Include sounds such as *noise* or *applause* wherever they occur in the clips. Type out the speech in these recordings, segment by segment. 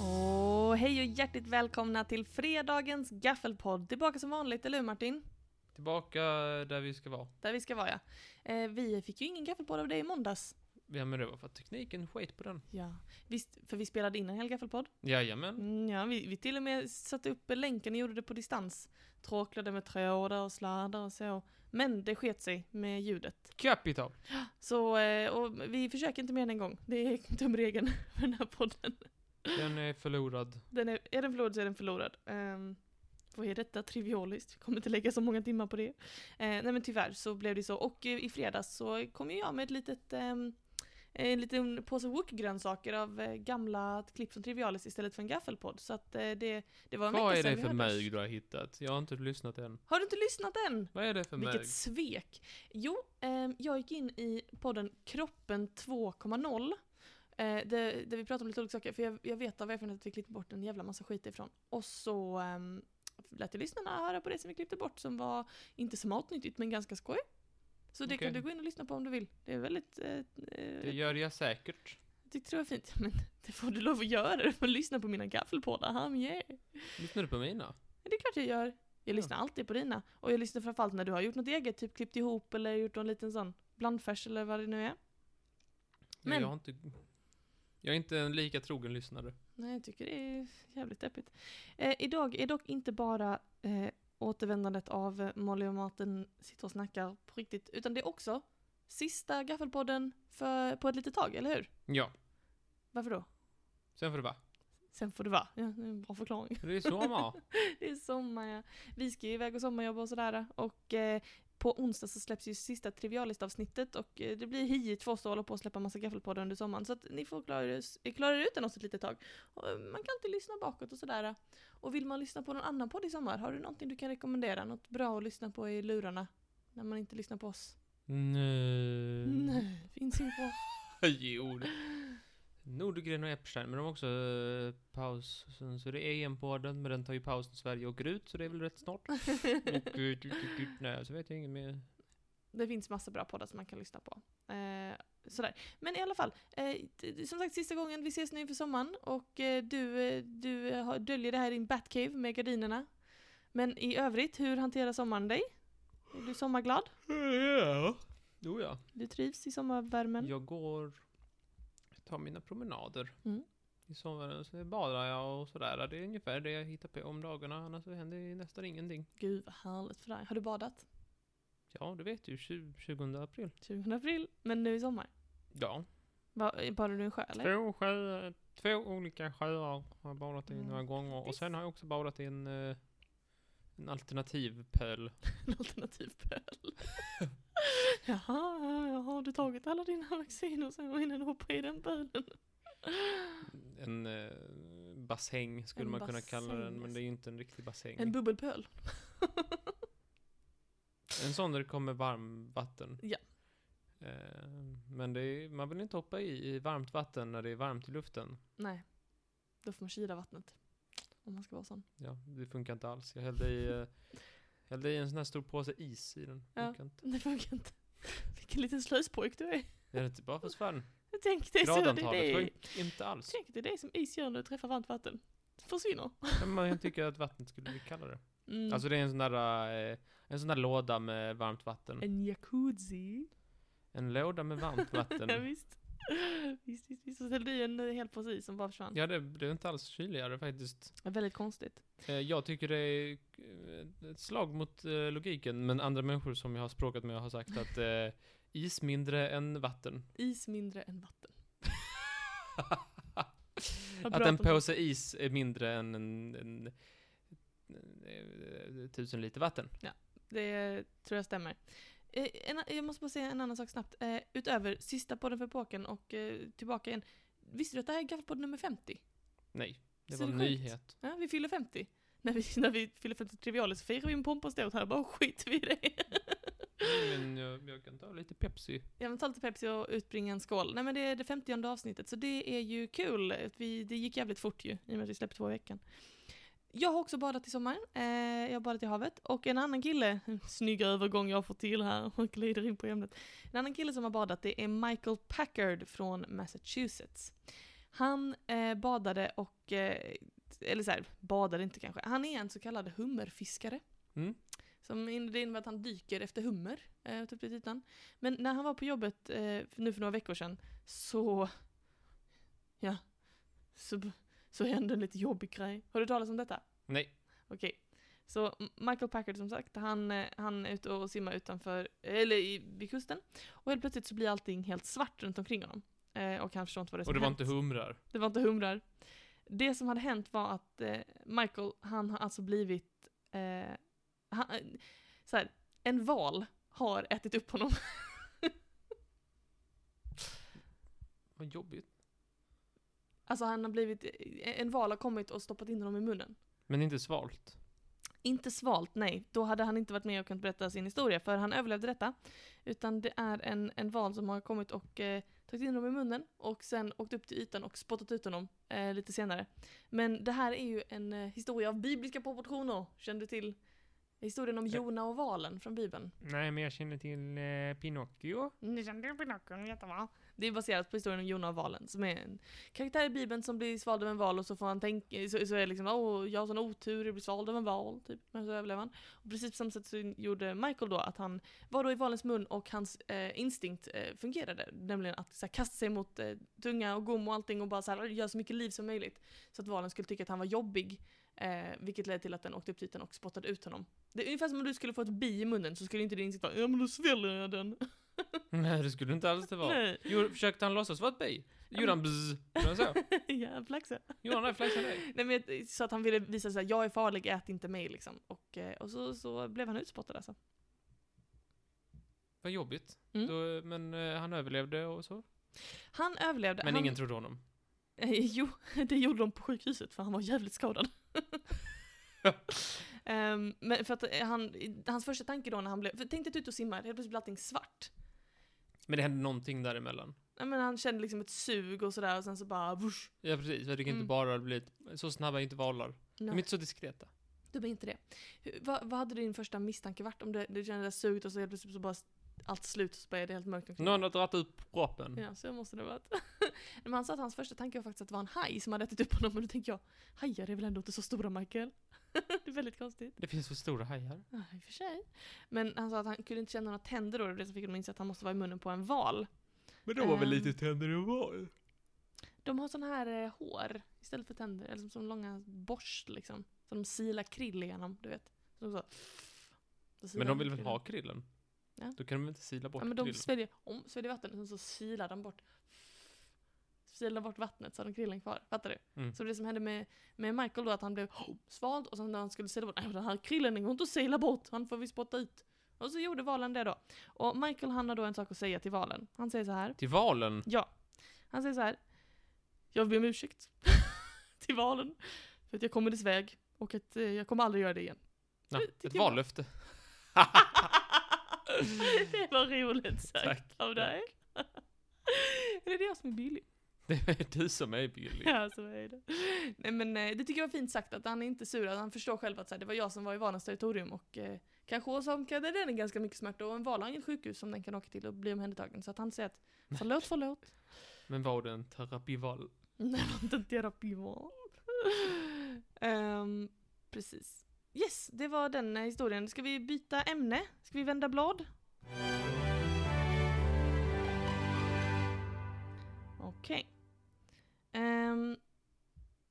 Åh, hej och hjärtligt välkomna till fredagens gaffelpodd. Tillbaka som vanligt, eller hur Martin? Tillbaka där vi ska vara. Där vi ska vara ja. Eh, vi fick ju ingen gaffelpodd av dig i måndags. Ja men det var för att tekniken sket på den. Ja. Visst, för vi spelade in en hel gaffelpodd. Jajamän. Mm, ja, vi, vi till och med satte upp länken och gjorde det på distans. Tråklade med trådar och sladdar och så. Men det sket sig med ljudet. Capital. Så, eh, och vi försöker inte mer än en gång. Det är *laughs* tumregeln för den här podden. Den är förlorad. Den är, är den förlorad så är den förlorad. Um, vad är detta? Trivialiskt. Vi kommer inte lägga så många timmar på det. Eh, nej men tyvärr så blev det så. Och eh, i fredags så kom ju jag med ett litet ehm, en liten påse wok-grönsaker av eh, gamla klipp från Trivialis istället för en gaffelpodd. Så att eh, det, det var en Vad vecka är det sedan vi för hördes. mög du har hittat? Jag har inte lyssnat än. Har du inte lyssnat än? Vad är det för mög? Vilket svek. Jo, ehm, jag gick in i podden Kroppen 2.0. Eh, där, där vi pratade om lite olika saker. För jag, jag vet av erfarenhet att vi klippte bort en jävla massa skit ifrån. Och så ehm, lät jag lyssnarna höra på det som vi klippte bort som var inte så matnyttigt men ganska skoj. Så det Okej. kan du gå in och lyssna på om du vill. Det är väldigt... Eh, eh, Det gör jag säkert. det tror jag är fint. *laughs* Men det får du lov att göra. Du får lyssna på mina gaffelpoddar. Ham, yeah. Lyssnar du på mina? Ja, Det är klart jag gör. Jag Ja. lyssnar alltid på dina. Och jag lyssnar framförallt när du har gjort något eget, typ klippt ihop eller gjort någon liten sån blandfärs eller vad det nu är. Men- Men. Jag har inte... Jag är inte en lika trogen lyssnare. Nej, jag tycker det är jävligt deppigt. Eh, idag är dock inte bara eh, återvändandet av eh, Molly och Martin sitter och snackar på riktigt, utan det är också sista gaffelpodden för, på ett litet tag, eller hur? Ja. Varför då? Sen får det vara. Sen får det vara. Ja, det är en bra förklaring. Det är *laughs* sommar. Det är sommar ja. Vi ska ju iväg och sommarjobba och sådär. Och eh, på onsdag så släpps ju sista trivialistavsnittet och eh, det blir hit för oss att hålla på och släppa massa gaffelpoddar under sommaren. Så att ni får klara er, eh, klara er utan oss ett litet tag. Och, eh, man kan alltid lyssna bakåt och sådär. Och vill man lyssna på någon annan podd i sommar, har du någonting du kan rekommendera? Något bra att lyssna på i lurarna? När man inte lyssnar på oss? Nej. Nej, finns inget bra. Jo. Nordgren och Epstein, men de har också eh, paus. Sen så är det EM-podden, men den tar ju paus när Sverige åker ut, så det är väl rätt *laughs* snart. Och, eh, tut, tut, tut, nej, så vet jag inget mer. Det finns massa bra poddar som man kan lyssna på. Eh, sådär. Men i alla fall, eh, t- t- som sagt sista gången vi ses nu inför sommaren och eh, du, eh, du eh, har- döljer det här i din Batcave med gardinerna. Men i övrigt, hur hanterar sommaren dig? Är du sommarglad? Ja. Jo, ja. Du trivs i sommarvärmen? Jag går... Jag tar mina promenader. Mm. I sommaren så badar jag och sådär. Det är ungefär det jag hittar på om dagarna, annars så händer ju nästan ingenting. Gud vad härligt för dig. Har du badat? Ja, du vet ju, 20, 20 april. 20 april, men nu i sommar? Ja. Va- Badar du i en sjö eller? Två, sjöar, två olika sjöar har jag badat i Mm, några gånger. Och sen grattis. har jag också badat i en, eh, en alternativ pöl. *laughs* En alternativ pöl. *laughs* jaha, jaha, har du tagit alla dina vacciner sen innan du hoppar i den pölen? En eh, bassäng skulle En man kunna kalla bassäng, den, men det är ju inte en riktig bassäng. En En, bubbelpöl. *laughs* sån där det kommer varm vatten. Ja. Eh, men det är, man vill inte hoppa i, i varmt vatten när det är varmt i luften. Nej. Då får man kyla vattnet. Om man ska vara *laughs* sån. Ja, det funkar inte alls. Jag hällde i, eh, *laughs* hällde i en sån här stor påse is i den. Ja. Funkar inte. Det funkar inte. Vilken liten slöspojk du är. Det är inte bara för svärden. Jag tänkte *laughs* så. Det är Gradantalet var dig. ju inte alls. Tänk det är dig som is gör när du träffar varmt vatten. Det försvinner. Men Man tycker att vattnet skulle bli kallare. Mm. Alltså det är en sån där, eh, en sån där låda med varmt vatten. en jacuzzi. En låda med varmt *laughs* Ja, vatten. visst. Visst, visst, visst. Så ställde du i en eh, hel påse is som bara försvann. Ja, det blev inte alls kyligare faktiskt. Ja. Väldigt konstigt. Eh, Jag tycker det är eh, ett slag mot eh, logiken, men andra människor som jag har språkat med har sagt att eh, is mindre *laughs* än vatten. Is mindre än vatten. Vad Att bra en att de- påse is är mindre än en, en, en, eh, tusen liter vatten. Det tror jag stämmer. Eh, En, jag måste bara säga en annan sak snabbt. Eh, utöver sista podden för epoken och eh, tillbaka igen. Visste du att det här är gaffelpodden nummer 50? Nej, det Så var en det är sjukt. nyhet. Ja, vi fyller 50. När vi, när vi fyller 50 trivialis firar vi en pompa stort här, bara skiter vi i det. Men jag, jag kan ta lite Pepsi. Ja men ta lite Pepsi och utbringa en skål. Nej men det är det 50 avsnittet, så det är ju kul. Vi, det gick jävligt fort ju, i och med att vi släppte två i veckan. Jag har också badat i sommar. Eh, jag har badat i havet. Och en annan kille, *laughs* snygg övergång jag får till här och glider in på ämnet. En annan kille som har badat det är Michael Packard från Massachusetts. Han eh, badade och, eh, eller så här, badade inte kanske. Han är en så kallad hummerfiskare. Mm. Som in- det innebär att han dyker efter hummer, eh, typ i titeln. Men när han var på jobbet eh, för- nu för några veckor sedan så, ja, så, så hände en lite jobbig grej. Har du hört talas om detta? Nej. Okej. Så M- Michael Packard som sagt, han, eh, han är ute och simmar utanför, eller i, vid kusten. Och helt plötsligt så blir allting helt svart runt omkring honom. Eh, och han förstår inte vad det är som Och det var hänt. inte humrar. Det var inte humrar. Det som hade hänt var att eh, Michael, han har alltså blivit... Eh, han, eh, så här, en val har ätit upp honom. *laughs* Vad jobbigt. Alltså han har blivit... eh, En val har kommit och stoppat in honom i munnen. Men inte svalt. Inte svalt, nej. Då hade han inte varit med och kunnat berätta sin historia, för han överlevde detta. Utan det är en, en val som har kommit och eh, tagit in honom i munnen och sen åkt upp till ytan och spottat ut honom eh, lite senare. Men det här är ju en eh, historia av bibliska proportioner. Känner du till historien om Ja. Jona och valen från Bibeln? Nej, men jag känner till eh, Pinocchio. Ni känner till Pinocchio, jättebra. Det är baserat på historien om Jona och valen, som är en karaktär i Bibeln som blir svald av en val och så får han tänka, så, så är det liksom åh, jag har sån otur, jag blir svald av en val, typ. Men så överlever han. Och precis på samma sätt så gjorde Michael då att han var då i valens mun och hans eh, instinkt eh, fungerade. Nämligen att så här, kasta sig mot eh, tunga och gom och allting och bara så här, göra så mycket liv som möjligt. Så att valen skulle tycka att han var jobbig. Eh, vilket ledde till att den åkte upp till ytan och spottade ut honom. Det är ungefär som om du skulle få ett bi i munnen så skulle inte din instinkt vara ja men då sväljer jag den. Nej, det skulle inte alls det vara. *laughs* Nej. Jo, försökte han låtsas vara ett bi? Gjorde han bzz? Gjorde han så? Jävla laxen. Gjorde han det? Flaxade det? Nej, men, jag- så att han ville visa såhär, jag är farlig, ät inte mig liksom. Och, eh, och så, så blev han utspottad alltså. Vad jobbigt. Mm. Då, men eh, han överlevde och så. Han överlevde. Men han, ingen trodde honom. Eh, *laughs* jo, det gjorde de på sjukhuset för han var jävligt *laughs* skadad. Ehm, men för att eh, han, hans första tanke då när han blev, för tänk dig att du är ute och simmar, helt plötsligt blir allting svart. Men det hände någonting däremellan. Nej, men han kände liksom ett sug och sådär och sen så bara vush. Ja, precis. Jag tycker Mm. inte bara bli Så snabba är inte valar. De är Nej, inte så diskreta. du var inte det. Hur, vad, vad hade din första misstanke varit? Om du, du kände det där suget och så helt plötsligt så bara allt slut och så blev det helt mörkt omkring Någon har dragit ut proppen. Ja, så måste det ha varit. *laughs* Men han sa att hans första tanke var faktiskt att det var en haj som hade ätit upp honom och då tänker jag, hajar är väl ändå inte så stora Michael? *laughs* det är väldigt konstigt. Det finns för stora hajar. Ja, i och för sig. Men han sa att han kunde inte känna några tänder då, det var det som fick honom att inse att han måste vara i munnen på en val. Men de har väl Ehm. lite tänder och val? De har sån här eh, hår istället för tänder, eller som, som långa borst liksom. Som de silar krill igenom, du vet. Så de så, så silar Men de vill väl krill. ha krillen? Ja. Då kan de väl inte sila bort Ja men de krillen? sväljer, om, sväljer vatten och sen så silar de bort silar de bort vattnet så har de krillen kvar. Fattar du? Mm. Så det som hände med, med Michael då att han blev svald och sen när han skulle sila bort, "Nej, den här krillen den går inte att sila bort, han får vi spotta ut. Och så gjorde valen det då. Och Michael han har då en sak att säga till valen. Han säger så här. Till valen? Ja. Han säger så här. Jag ber om ursäkt *laughs* till valen för att jag kom i dess väg och att eh, jag kommer aldrig göra det igen. *laughs* Ja, tycker ett jag. *laughs* vallöfte. det var roligt sagt Tack, av dig. det *laughs* är det jag som är billig. Det är du som är *laughs* billig. Ja, så är det. Nej, men eh, det tycker jag var fint sagt att han är inte sur, att han förstår själv att så här, det var jag som var i valens territorium och eh, kanske åsamkade den ganska mycket smärta och en val har inget sjukhus som den kan åka till och bli omhändertagen. Så att han säger *laughs* att förlåt, förlåt. Men var det en terapival? Nej, det var inte en terapival. Ehm, precis. Yes, det var den eh, historien. Ska vi byta ämne? Ska vi vända blad? Okej. Ehm,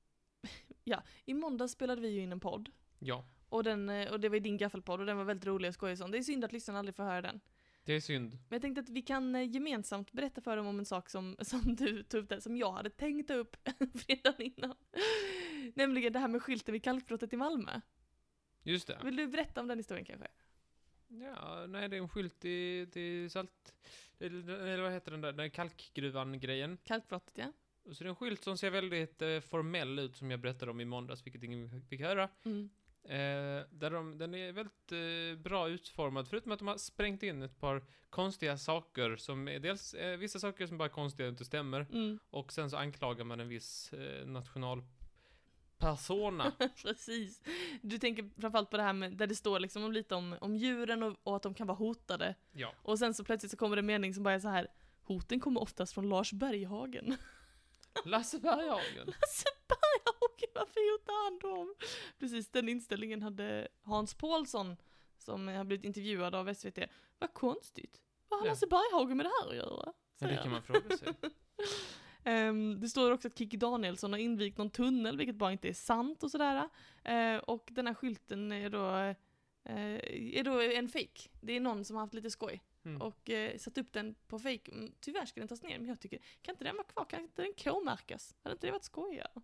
*laughs* ja, i måndag spelade vi ju in en podd. Ja. Och, den, eh, och det var ju din gaffelpodd och den var väldigt rolig och skojig och sånt. Det är synd att lyssnarna aldrig får höra den. Det är synd. Men jag tänkte att vi kan eh, gemensamt berätta för dem om en sak som, *laughs* som du tog upp där, som jag hade tänkt ta upp *laughs* fredagen innan. Nämligen det här med skylten vid kalkbrottet i Malmö. Just det. Vill du berätta om den historien kanske? Ja, nej, det är en skylt i, till salt... Eller, eller vad heter den där? Den där kalkgruvan-grejen. Kalkbrottet ja. Och så är det en skylt som ser väldigt eh, formell ut som jag berättade om i måndags, vilket ingen fick höra. Mm. Eh, där de, den är väldigt eh, bra utformad, förutom att de har sprängt in ett par konstiga saker som är dels eh, vissa saker som bara är konstiga och inte stämmer, Mm. *laughs* och sen så anklagar man en viss *laughs* eh, nationalpersona. Precis. Du tänker framförallt på det här med, där det står liksom om lite om, om djuren och, och att de kan vara hotade. ja, Och sen så plötsligt så kommer det en mening som bara är så här. Hoten kommer oftast från Lars Berghagen. Lasse Berghagen. Lasse Berghagen, varför gjorde han dem? Precis den inställningen hade Hans Paulsson, som har blivit intervjuad av SVT. Vad konstigt. Vad har Ja. Lasse Berghagen med det här att göra? Men det säger kan han. man fråga sig. *laughs* Ehm, det står också att Kikki Danielsson har invigt någon tunnel, vilket bara inte är sant och sådär. Eh, och den här skylten är då, eh, är då en fake. Det är någon som har haft lite skoj Mm. och eh, satt upp den på fake. Mm, Tyvärr ska den tas ner, men jag tycker, kan inte den vara kvar? Kan inte den K-märkas? Hade inte det varit skojigare?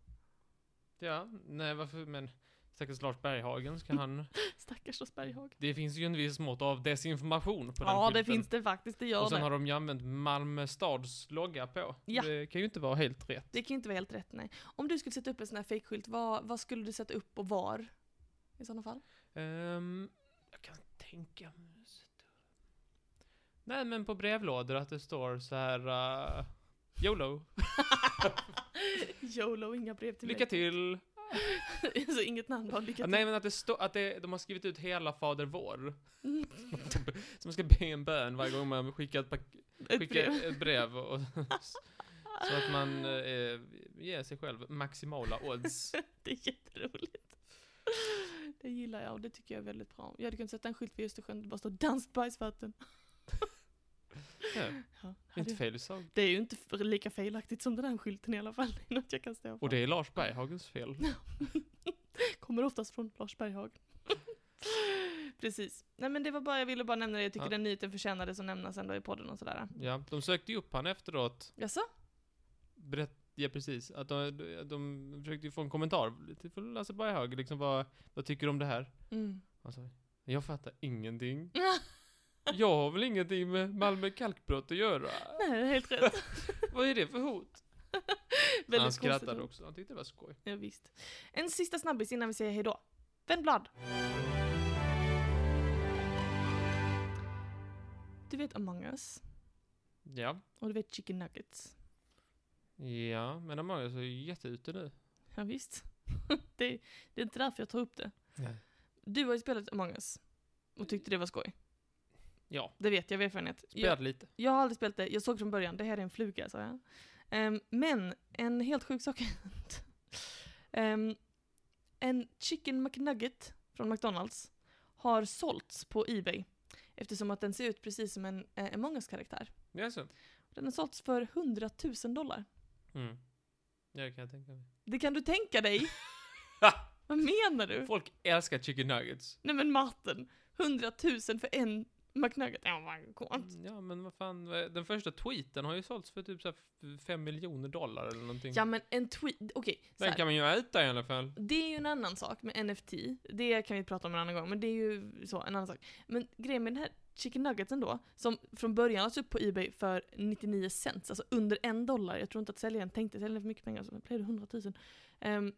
Ja, nej varför, men stackars Lars Berghagen, ska han... Stackars Lars Berghag. Det finns ju en viss mått av desinformation på den Ja, det skylten. finns det faktiskt, det gör Och sen det. har de ju använt Malmö stads logga på. Ja. Det kan ju inte vara helt rätt. Det kan ju inte vara helt rätt, nej. Om du skulle sätta upp en sån här fake-skylt, vad, vad skulle du sätta upp och var? I sådana *laughs* fall? Ehm, jag kan tänka mig... att sätta- Nej, men på brevlådor att det står så här... eh, YOLO, YOLO, inga brev till lycka mig. till! *laughs* alltså inget namn, bara lycka Ja, till. nej, men att, det står att det, de har skrivit ut hela Fader vår. *laughs* Mm. Så man ska be en bön varje gång man skickar ett, pak- Ett brev. skickar ett brev. Och, så att man eh, ger sig själv maximala odds. *laughs* Det är jätteroligt. Det gillar jag och det tycker jag är väldigt bra. Jag hade kunnat sätta en skylt vid Östersjön där det bara står danskt bajsvatten. Ja, Ja, inte det- fel du sa. det är ju inte f- lika felaktigt som den här skylten i alla fall. *laughs* Det är något jag kan stå för. Och det är Lars Berghagens fel. Kommer oftast från Lars Berghagen. *laughs* Precis. Nej men det var bara, jag ville bara nämna det. Jag tycker Ja. den nyheten förtjänades att nämnas ändå i podden och sådär. Ja, de sökte ju upp han efteråt. Jaså? Berätt, ja precis, att de, de, de försökte ju få en kommentar till från Lasse Berghagen, liksom vad, vad tycker du om det här? Mm. Han sa, jag fattar ingenting. Jag har väl ingenting med Malmö kalkbrott att göra? *laughs* Nej, helt rätt. Vad är det för hot? *laughs* Väldigt typ. han konstigt skrattade ord. också, han tyckte det var skoj. Ja, visst. En sista snabbis innan vi säger hejdå. Vennblad! Du vet Among Us Ja, och du vet Chicken Nuggets. ja, men Among Us är ju jätteute nu. Ja, visst. *laughs* det, det är inte därför jag tar upp det. Du har ju spelat Among Us och tyckte det var skoj. Ja, Det vet jag av erfarenhet. Jag, spelade lite. jag har aldrig spelat det. Jag såg från början, det här är en fluga, sa jag. Ehm, men en helt sjuk sak har hänt. Ehm, en chicken McNugget från McDonalds har sålts på Ebay. Eftersom att den ser ut precis som en eh, Among Us-karaktär. Ja, så. Den har sålts för 100 000 dollar. Mm. Ja, det kan jag tänka mig. Det kan du tänka dig? Vad menar du? Folk älskar chicken nuggets. Nej men Martin, 100 000 för en McNugget. Oh my god. Mm, Ja, men vad fan, vad- den första tweeten har ju sålts för typ så här f- fem miljoner dollar eller någonting. Ja men en tweet, okej. så Den här. kan man ju äta i alla fall. Det är ju en annan sak med NFT. Det kan vi prata om en annan gång, men det är ju så, en annan sak. Men grejen med den här chicken nuggetsen då, som från början lades upp på Ebay för 99 cent, alltså under en dollar. Jag tror inte att säljaren tänkte sälja den för mycket pengar, så blev det 100 000. Ehm,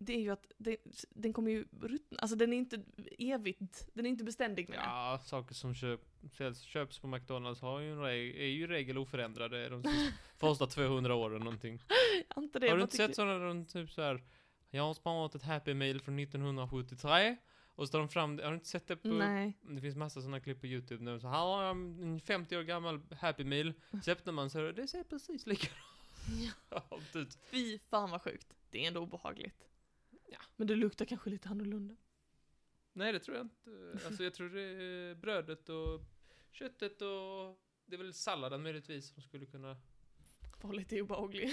det är ju att det, den kommer ju ruttna, alltså den är inte evigt, den är inte beständig med Ja, saker som köp, säljs, köps på McDonalds har ju en reg- är ju i regel oförändrade *laughs* de sista- första 200 åren någonting. Inte det, har du jag inte tycker- sett sådana där de typ så här. Jag har sparat ett Happy Meal från 1973. Och så tar de fram det, har du inte sett det på... Nej. Det finns massa sådana klipp på YouTube nu. Så här har jag en 50 år gammal Happy Meal. Så öppnar man så här, det ser precis likadant ut. Fy fan vad sjukt. Det är ändå obehagligt. Ja. Men det luktar kanske lite annorlunda. Nej, det tror jag inte. Alltså jag tror det är brödet och köttet och... Det är väl salladen möjligtvis som skulle kunna Var lite obehaglig.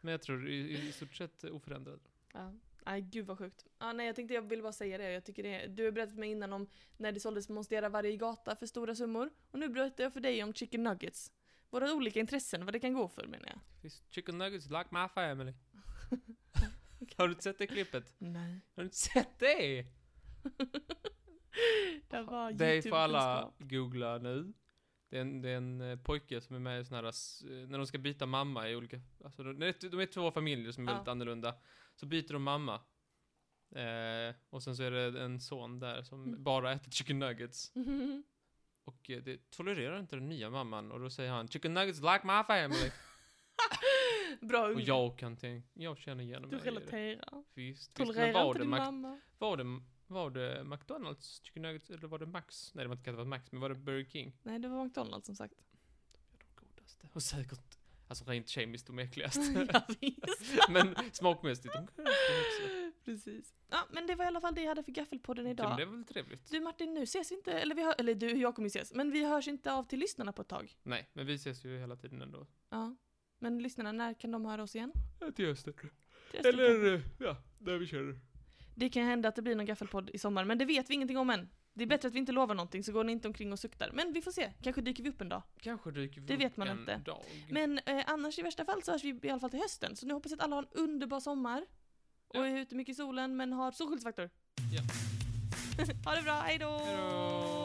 Men jag tror i, i stort sett oförändrad. Ja. Nej, gud vad sjukt. Ja, nej, jag tänkte jag ville bara säga det. Jag tycker det. Du har berättat för mig innan om när det såldes Monstera varje gata för stora summor. Och nu berättar jag för dig om chicken nuggets. Våra olika intressen, vad det kan gå för menar jag. Fish chicken nuggets like my *laughs* family. Har du inte sett det klippet? Nej. Har du inte sett det? *laughs* Det var Det är för alla YouTube-kunskap. googla nu. Det är, en, det är en eh, pojke som är med i såna här, s- när de ska byta mamma i olika, alltså de, nej, de är två familjer som är Ja. väldigt annorlunda. Så byter de mamma. Eh, och sen så är det en son där som Mm. bara äter chicken nuggets. Och eh, det tolererar inte den nya mamman och då säger han 'Chicken nuggets like my family' *laughs* Bra Och unge. jag kan tänka, jag känner igen mig Du i det. relaterar. Visst, visst. Men Tolererar var inte det, din Mac, mamma. var det, var det McDonalds chicken nuggets eller var det Max? Nej, det var inte kallat Max, men var det Burger King? *laughs* Nej, det var McDonalds som sagt. Ja, de godaste. Och säkert Alltså rent kemiskt de är äckligast. *laughs* ja, visst. Men smakmässigt, de kan jag också. Precis. Ja, men det var i alla fall det jag hade för Gaffelpodden Ja, idag. men Typ, det är väl trevligt. Du Martin, nu ses vi inte, eller, vi hör, eller du och jag kommer ju ses, men vi hörs inte av till lyssnarna på ett tag. Nej, men vi ses ju hela tiden ändå. Ja. Men lyssnarna, när kan de höra oss igen? Ja, Till hösten. Till hösten kanske. Eller, eh, ja, där vi kör. Det kan hända att det blir någon gaffelpodd i sommar, men det vet vi ingenting om än. Det är bättre att vi inte lovar någonting så går ni inte omkring och suktar. Men vi får se, kanske dyker vi upp en dag. Kanske dyker vi Det upp vet man en inte. dag. Men eh, annars i värsta fall så hörs vi i alla fall till hösten. Så nu hoppas jag att alla har en underbar sommar. Och *laughs* Ja. är ute mycket i solen men har solskyddsfaktor. Ja. ha det bra, hej då! Hejdå!